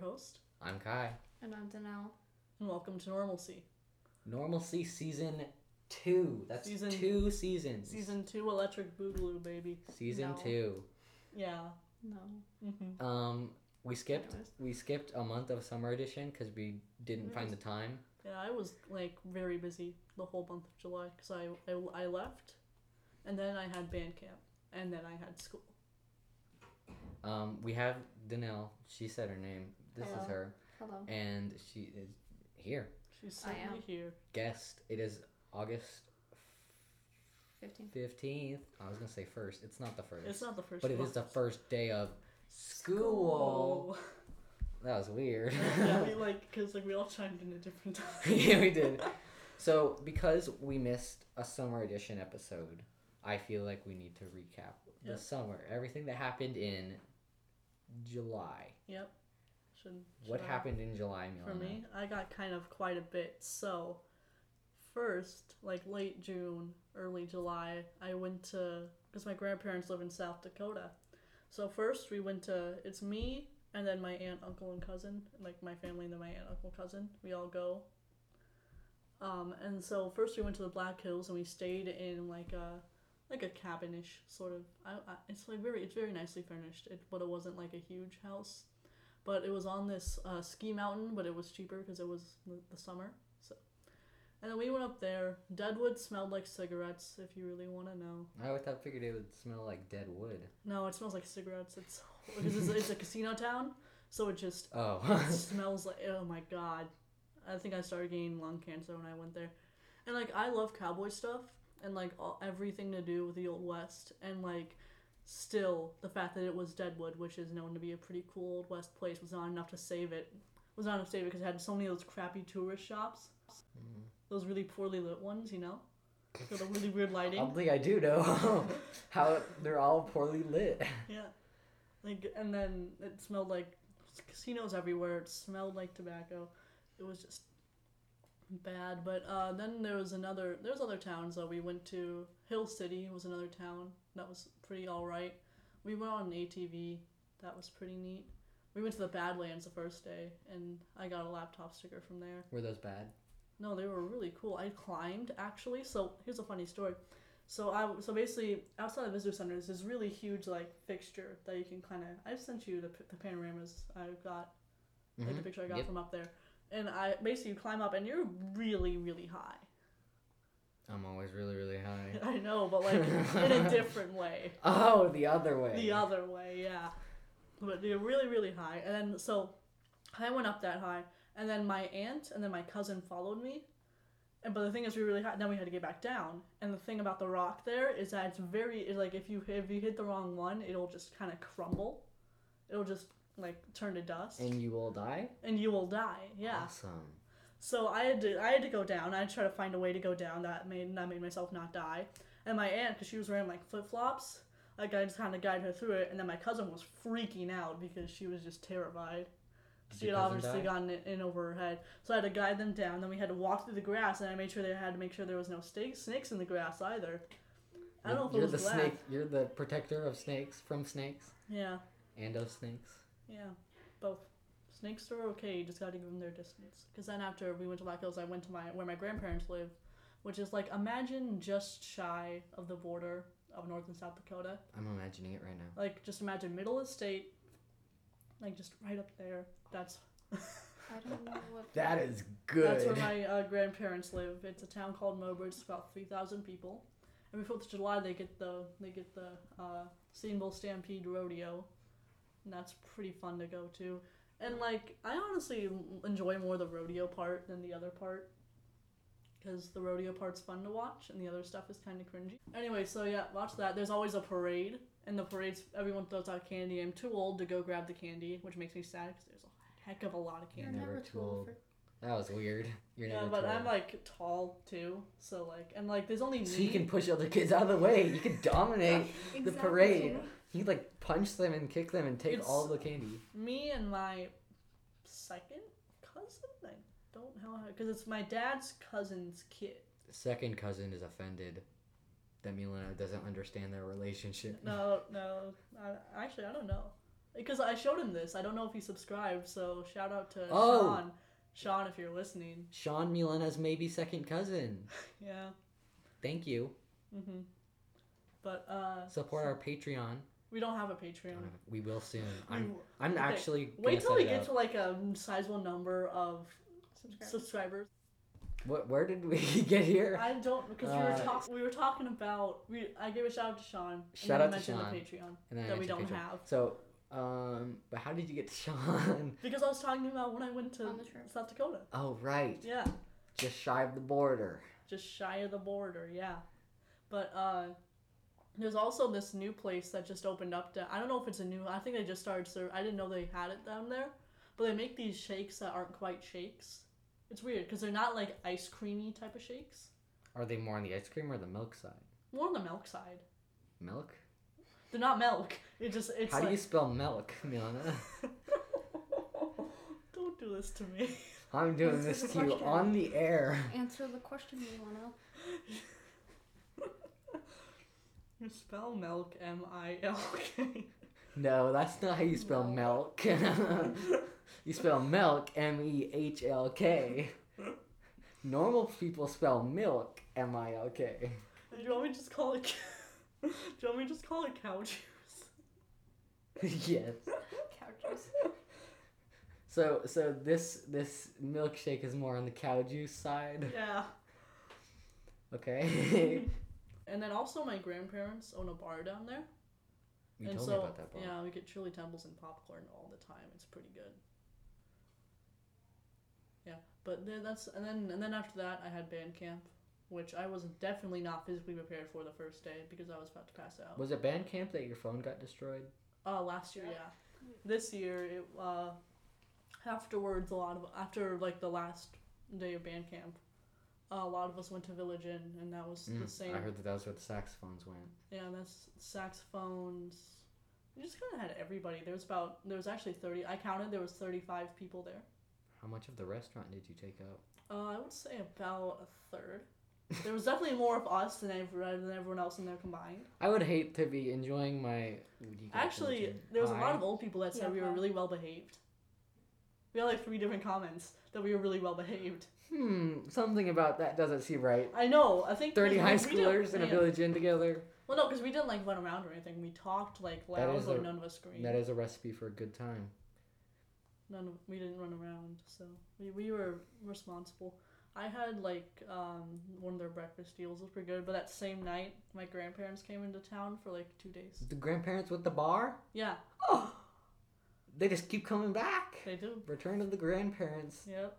host, I'm Kai. And I'm Danelle. and welcome to Normalcy. Normalcy season two. That's Season- two seasons. Season 2 Electric Boogaloo, baby. Season No. two. Yeah. No. Mm-hmm. Um, we skipped Anyways. we skipped a month of summer edition because we didn't find the time. Yeah, I was like very busy the whole month of July because I, I, I left, and then I had band camp, and then I had school. Um, we have Danelle. She said her name. This Hello. is her, Hello. and she is here. She's I suddenly am. here. Guest. It is August 15. fifteenth. I was gonna say first. It's not the first. It's not the first but it one. is the first day of school. School. That was weird. yeah, we like because like we all chimed in at different times. yeah, we did. So, because we missed a summer edition episode, I feel like we need to recap the Yep. summer, everything that happened in July. Yep. Should, what should I- happened in July, For Milana? me, I got kind of quite a bit. So, first, like late June, early July, I went to because my grandparents live in South Dakota. So first we went to it's me and then my aunt, uncle, and cousin, like my family and then my aunt, uncle, cousin. We all go. Um, and so first we went to the Black Hills and we stayed in like a like a cabinish sort of. I, I, it's like very it's very nicely furnished, it, but it wasn't like a huge house but it was on this uh, ski mountain, but it was cheaper because it was the- the summer. So, and then we went up there. Deadwood smelled like cigarettes. If you really want to know, I always thought figured it would smell like dead wood. no, it smells like cigarettes. It's because it's, it's a casino town, so it just Oh, smells like oh my god. I think I started getting lung cancer when I went there, and like I love cowboy stuff and like all, everything to do with the old west and like still the fact that it was Deadwood, which is known to be a pretty cool old west place, was not enough to save it. Was not enough to save it because it had so many of those crappy tourist shops, those really poorly lit ones, you know, with the really weird I lighting. don't think I do know how they're all poorly lit. Yeah. Like and then it smelled like casinos everywhere. It smelled like tobacco. It was just bad. But uh, then there was another. There was other towns that we went to. Hill City was another town that was pretty all right. We went on an ATV. That was pretty neat. We went to the Badlands the first day, and I got a laptop sticker from there. Were those bad? No, they were really cool. I climbed actually. So here's a funny story. So I so basically outside the visitor center, there's this really huge like fixture that you can kind of. I've sent you the, p- the panoramas I got, like the Mhm. picture I got Yep. from up there, and I basically you climb up and you're really really high. I'm always really, really high. I know, but like in a different way. Oh, the other way. The other way, yeah. But they're really, really high. And then so I went up that high, and then my aunt and then my cousin followed me. And but the thing is, we were really high. Then we had to get back down. And the thing about the rock there is that it's very it's like if you if you hit the wrong one, it'll just kind of crumble. It'll just like turn to dust, and, And you will die? you will die. Yeah. Awesome. So I had to I had to go down. I tried to find a way to go down that made that made myself not die. And my aunt, because she was wearing like flip flops, like I just kind of guided her through it. And then my cousin was freaking out because she was just terrified. Did She had your cousin obviously die? gotten it in over her head. So I had to guide them down. Then we had to walk through the grass, and I made sure they had to make sure there was no snakes snakes in the grass either. I don't know if You're it the was black. snake. You're the protector of snakes from snakes Yeah, and of snakes. yeah, both. Snakes are okay. You just got to give them their distance. Because then after we went to Black Hills, I went to my where my grandparents live, which is like imagine just shy of the border of North and South Dakota. I'm imagining it right now. Like just imagine middle of state, like just right up there. That's I don't know what. That is good. That's where my uh, grandparents live. It's a town called Mowbray. It's about three thousand people. Every Fourth of July, they get the they get the uh, Steamboat Stampede Rodeo, and that's pretty fun to go to. And like, I honestly m- enjoy more the rodeo part than the other part, because the rodeo part's fun to watch, and the other stuff is kind of cringy. Anyway, so yeah, watch that. There's always a parade, and the parades everyone throws out candy. I'm too old to go grab the candy, which makes me sad because there's a heck of a lot of candy. You're never never too too old old. for. that was weird. You're Yeah, never but too I'm old. like tall too, so like, and like, there's only me. So you can push other kids out of the way. You can dominate the Exactly. parade. You like punch them and kick them and take It's- all the candy. me and my second cousin. I don't know how because it's my dad's cousin's kid. Second cousin is offended that Milena doesn't understand their relationship. No, no, I, actually, I don't know. Because I showed him this. I don't know if he subscribed, so shout out to Oh. Sean. Sean, if you're listening. Sean Milena's maybe second cousin. Yeah. Thank you. Mm-hmm. But uh, Support our Patreon. we don't have a Patreon. We will soon. We I'm w- I'm Okay, actually gonna Wait till set we it get up. to like a sizable number of Subscribe. subscribers. What, where did we get here? I don't because we were Uh, talking. We were talking about. We I gave a shout out to Sean. and Shout then out to mentioned Sean. the Patreon and then I that we don't mentioned Patreon. have So, um, but how did you get to Sean? because I was talking about when I went to On the trip. South Dakota. Oh, right. Yeah, Just shy of the border. just shy of the border. Yeah, but uh, there's also this new place that just opened up. To, I don't know if it's a new. I think they just started. Serve, I didn't know they had it down there, but they make these shakes that aren't quite shakes. It's weird because they're not like ice creamy type of shakes. Are they more on the ice cream or the milk side? More on the milk side. Milk? They're not milk. It just it's how like do you spell milk, Milena? Don't do this to me. I'm doing Answer this the to you question. on the air. Answer the question, Milano. You spell milk M I L K. No, that's not how you spell milk. you spell milk, M E H L K. Normal people spell milk, M I L K. Do you want me to just call it? c- Do you want me to just call it cow juice? Yes. Couches. So, so this this milkshake is more on the cow juice side. Yeah. Okay. And then also my grandparents own a bar down there. you and told so me about that bar. yeah, we get chili temples and popcorn all the time. It's pretty good. Yeah, but then that's and then and then after that I had band camp, which I was definitely not physically prepared for the first day because I was about to pass out. Was it band camp that your phone got destroyed? Uh, last year, Yeah. yeah. This year, it uh, afterwards, a lot of after like the last day of band camp, uh, a lot of us went to Village Inn, and that was the same. Mm, I heard that that was where the saxophones went. Yeah, that's saxophones. We just kind of had everybody. There was about there was actually thirty. I counted there was thirty five people there. How much of the restaurant did you take up? Uh, I would say about a third. There was definitely more of us than ev- than everyone else in there combined. I would hate to be enjoying my. Would you guys Actually, enjoy there was a pie? lot of old people that said Yeah, we were pie. really well behaved. We had like three different comments that we were really well behaved. Hmm, something about that doesn't seem right. I know. I think 30 we- high we didn't- schoolers in a yeah. village inn together. Well, no, because we didn't like run around or anything. We talked like That loud, is but a- none of us screamed. That is a recipe for a good time. none of, we didn't run around so we, we were responsible i had like um, one of their breakfast deals was pretty good but that same night my grandparents came into town for like two days The grandparents with the bar? Oh! yeah They just keep coming back. they do Return of the grandparents. yep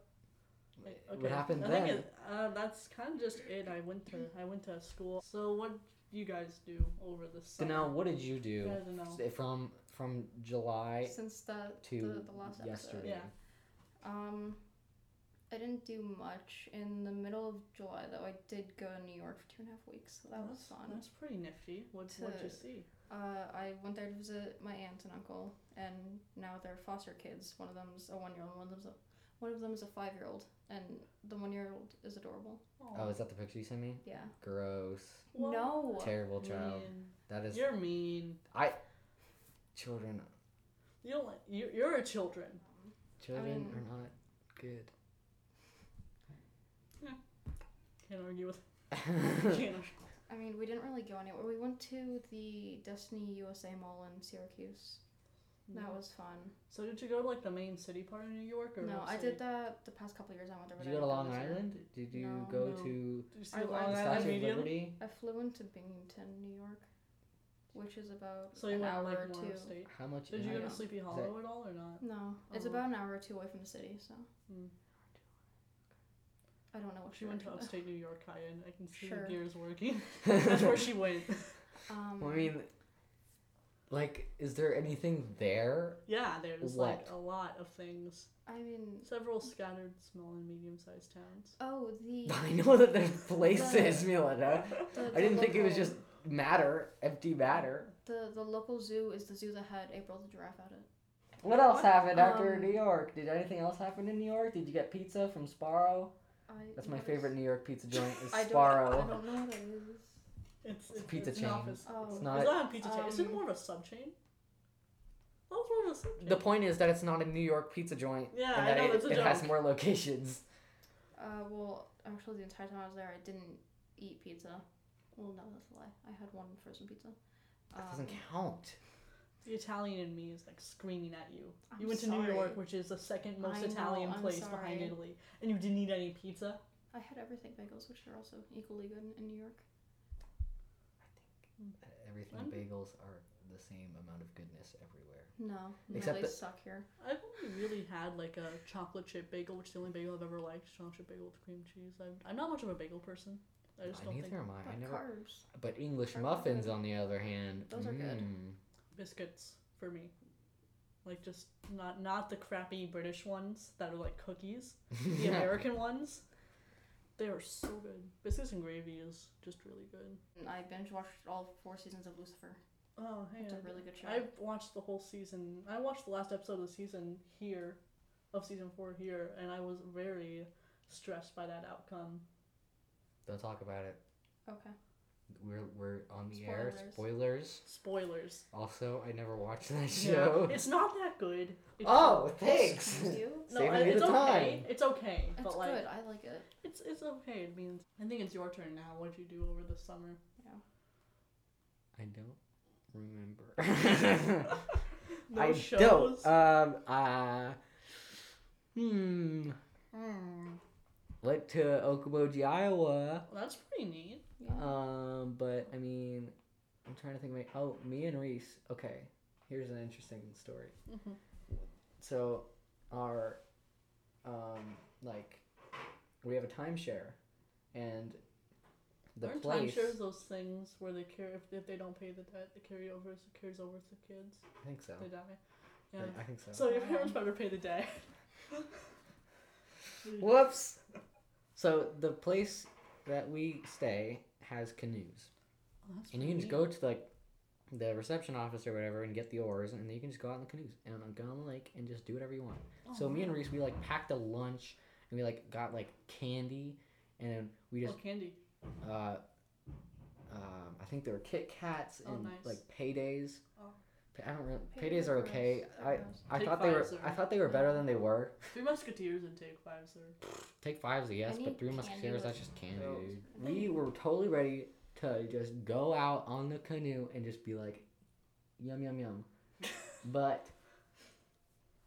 okay. What happened I then? think it, uh, that's kind of just it i went to i went to school so what you guys do over the So summer now, what did you do I don't know. s- from from July Since the, to the, the last yesterday? episode. Um, I didn't do much in the middle of July though. I did go to New York for two and a half weeks, so that was that's, fun. that's pretty nifty what, what'd you To- see Uh, I went there to visit my aunt and uncle, and now they're foster kids. One of them's a one-year-old, one of them's a one of them is a five-year-old, and the one-year-old is adorable. Oh, is that the picture you sent me? Yeah. Gross. Well, No. Terrible child. mean. That is you're mean children. you don't like- you, you're a children Children mean- are not good. can't argue with I can't I mean, we didn't really go anywhere. We went to the Destiny USA Mall in Syracuse. Mm-hmm. That was fun. So did you go to like the main city part of New York or No, what I city? did that the past couple of years I went there. Did but you I go to didn't Long this year. Island? Did you No, go no. to Did you see I- Long I- the Island Statue of Museum? Liberty? I flew into Binghamton, New York, which is about So you an went hour like or more two. upstate. How much? Did you how- go to Sleepy Hollow at all or not? No, it's Oh. about an hour or two away from the city, so Mm. I don't know what She went to direction upstate New York, Kyan. I can see Sure. the gears working. That's where she went. that- Um, Well, I mean, like, is there anything there? Yeah, there's like What? a lot of things. I mean, Several scattered small and medium sized towns. oh the. I know that there's places, Milena. the- I the didn't think it was local- just matter, empty matter. the the local zoo is the zoo that had April the giraffe at it. What else happened after Um, New York? Did anything else happen in New York? Did you get pizza from Sparrow? I, That's my what is- favorite New York pizza joint. Is I don't, I Sparrow. don't know what it is. It's, a pizza it's chain. An office. Oh. It's it's not. not a pizza chain. Is it um, more of a sub chain? That was more of a subject. The point is that it's not a New York pizza joint. Yeah, and I that know, it, that's a it has joke. more locations. Uh, well, actually, the entire time I was there, I didn't eat pizza. Well, no, that's a lie. I had one frozen pizza. That doesn't Um, count. The Italian in me is like screaming at you. I'm you went to New sorry. York, which is the second most I know, Italian I'm place behind sorry. Italy, and you didn't eat any pizza. I had everything bagels, which are also equally good in New York. Uh, Everything I'm- bagels are the same amount of goodness everywhere. No, no, Except they that- suck here. I've only really had like a chocolate chip bagel, which is the only bagel I've ever liked. Chocolate chip bagel with cream cheese. I'm, I'm not much of a bagel person. I just Uh, don't neither think am I. I But never. carbs. But English are good. muffins, on the other hand, Those are good. mm, biscuits for me. Like just not not the crappy British ones that are like cookies. The American ones, they are so good. Biscuits and gravy is just really good. And I binge watched all four seasons of Lucifer. Oh, hang It's a on. really good show. I watched the whole season. I watched the last episode of the season here, of season four here, and I was very stressed by that outcome. Don't talk about it. Okay. We're we're on the air. Spoilers. Spoilers. Spoilers. Also, I never watched Yeah. that show. It's not that good. It's Oh, thanks. Excuse you. no, saving I- me it's the okay. time. It's okay, That's but like good. I like it. it's it's okay. It means I think it's your turn now. What'd you do over the summer? Yeah. I don't remember. No I shows. don't. Um. Uh. Hmm. Mm. Went to Okoboji, Iowa. Well, that's pretty neat. Yeah. Um. But I mean, I'm trying to think. Of my, oh, me and Reese. Okay. Here's an interesting story. Mhm. So, our, um, like, we have a timeshare, and the Aren't place. timeshares those things where they carry if, if they don't pay the debt, it carry over it carries over to kids. I think so. They die. I- Yeah. I think so. So your parents better pay the debt. Whoops. So the place that we stay has canoes, and you can just go to like the reception office or whatever and get the oars, and then you can just go out in the canoes and go on the lake and just do whatever you want. So me Oh, and Reese, we like packed a lunch and we like got like candy, and we Oh, just candy. uh, um, I think there were Kit Kats Oh, and nice. like paydays. Oh. Pa- I don't really, Paydays paydays are are okay. gross. I They're gross. I Take thought they were Fives are- I thought they were better than they were. Three Musketeers and Take Fives are Take fives, yes, need but three candy musketeers, with- that's just candy, No. dude. We were totally ready to just go out on the canoe and just be like, yum yum yum, but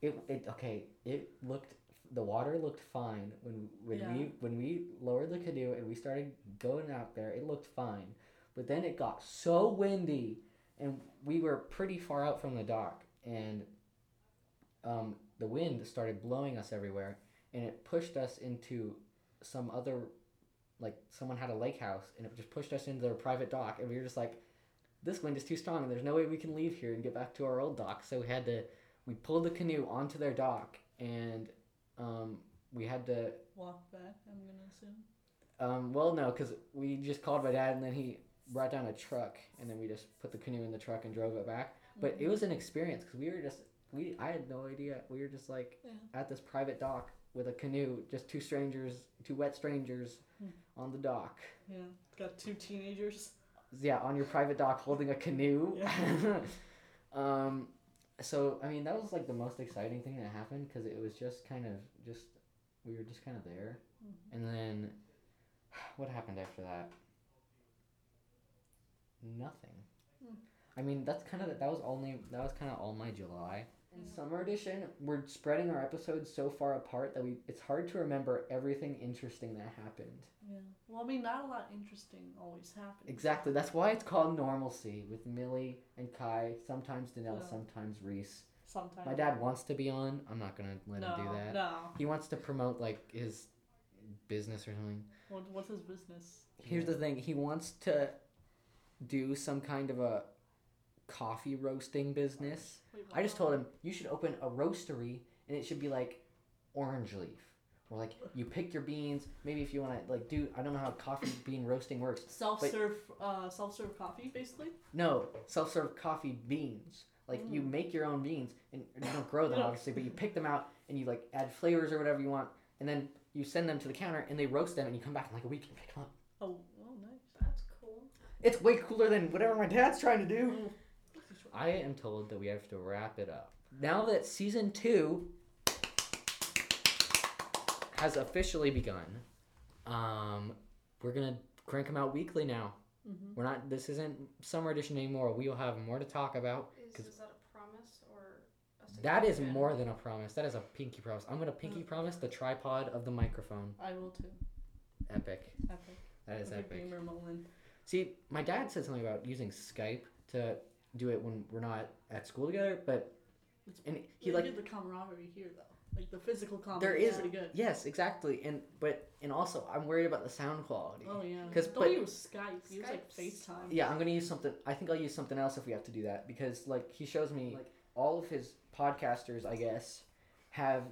it it okay. It looked the water looked fine when when Yeah. we when we lowered the canoe and we started going out there. It looked fine, but then it got so windy and we were pretty far out from the dock and um, the wind started blowing us everywhere and it pushed us into some other like someone had a lake house and it just pushed us into their private dock and we were just like this wind is too strong and there's no way we can leave here and get back to our old dock so we had to we pulled the canoe onto their dock and um, we had to walk back. I'm gonna assume. um, well no because we just called my dad and then he brought down a truck and then we just put the canoe in the truck and drove it back but Mm-hmm. it was an experience because we were just we I had no idea we were just like Yeah. at this private dock with a canoe, just two strangers, two wet strangers Hmm. on the dock. Yeah. Got two teenagers. Yeah, on your private dock holding a canoe. Yeah. um, so I mean that was like the most exciting thing that happened because it was just kind of just we were just kind of there, Mhm. and then what happened after that? Nothing. Hmm. I mean that's kind of that was only that was kind of all my July. In Yeah. summer edition, we're spreading our episodes so far apart that we it's hard to remember everything interesting that happened. Yeah. Well, I mean, not a lot interesting always happens. Exactly. That's why it's called normalcy with Millie and Kai, sometimes Danelle, Yeah. sometimes Reese. Sometimes. My dad wants to be on. I'm not gonna let no, him do that. No. He wants to promote like his business or something. What, what's his business? Here's the thing, he wants to do some kind of a coffee roasting business. Wait, I just what? told him you should open a roastery and it should be like orange leaf. Or like you pick your beans. Maybe if you want to like do I don't know how coffee bean roasting works. self-serve uh, self-serve coffee basically No, self-serve coffee beans. Like you make your own beans and you don't grow them Yeah. obviously, but you pick them out and you like add flavors or whatever you want and then you send them to the counter and they roast them and you come back in like a week and pick them up. oh well nice That's cool. It's way cooler than whatever my dad's trying to do. Ooh. I am told that we have to wrap it up. Now that season two has officially begun, um, we're gonna crank them out weekly now. Mm-hmm. We're not. This isn't summer edition anymore. We will have more to talk about. Is, 'Cause- is that a promise or? A That is suggestion? more than a promise. That is a pinky promise. I'm gonna pinky Oh. promise the tripod of the microphone. I will too. Epic. Epic. That is Epic epic. gamer moment. See, my dad said something about using Skype to do it when we're not at school together, but It's- and he You like get the camaraderie here though, like the physical camaraderie. there is pretty good. yes exactly and but and also I'm worried about the sound quality. Oh yeah. 'Cause- don't but- use Skype. Use like Skype's- FaceTime. Yeah, I'm gonna use something. I think I'll use something else if we have to do that because like he shows me like all of his podcasters, I guess, have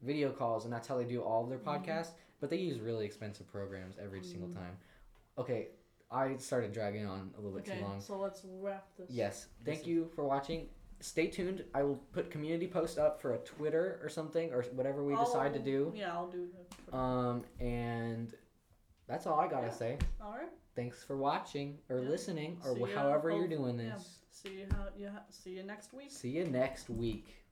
video calls and that's how they do all of their Mhm. podcasts. But they use really expensive programs every single Mm. time. Okay, I started dragging on a little bit Okay, too long. so let's wrap this. Yes, thank is- you for watching. Stay tuned. I will put community post up for a Twitter or something or whatever Oh. we decide to I'll- do. Yeah, I'll do that. Um, and that's all I gotta Yeah. say. All right. Thanks for watching or Yeah. listening or See wh- ya. however you're Oh, doing yeah. this. See you how you ha- see you next week. See you next week.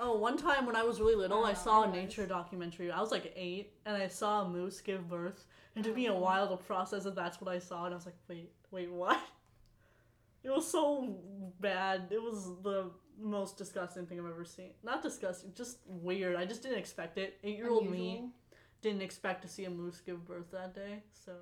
Oh, one time when I was really little, I Wow, saw a Oh, nice. nature documentary. I was like eight, and I saw a moose give birth. It took me Oh. a while to process that that's what I saw, and I was like, wait, wait, what? It was so bad. It was the most disgusting thing I've ever seen. Not disgusting, just weird. I just didn't expect it. Eight year old me Unusual. didn't expect to see a moose give birth that day, so.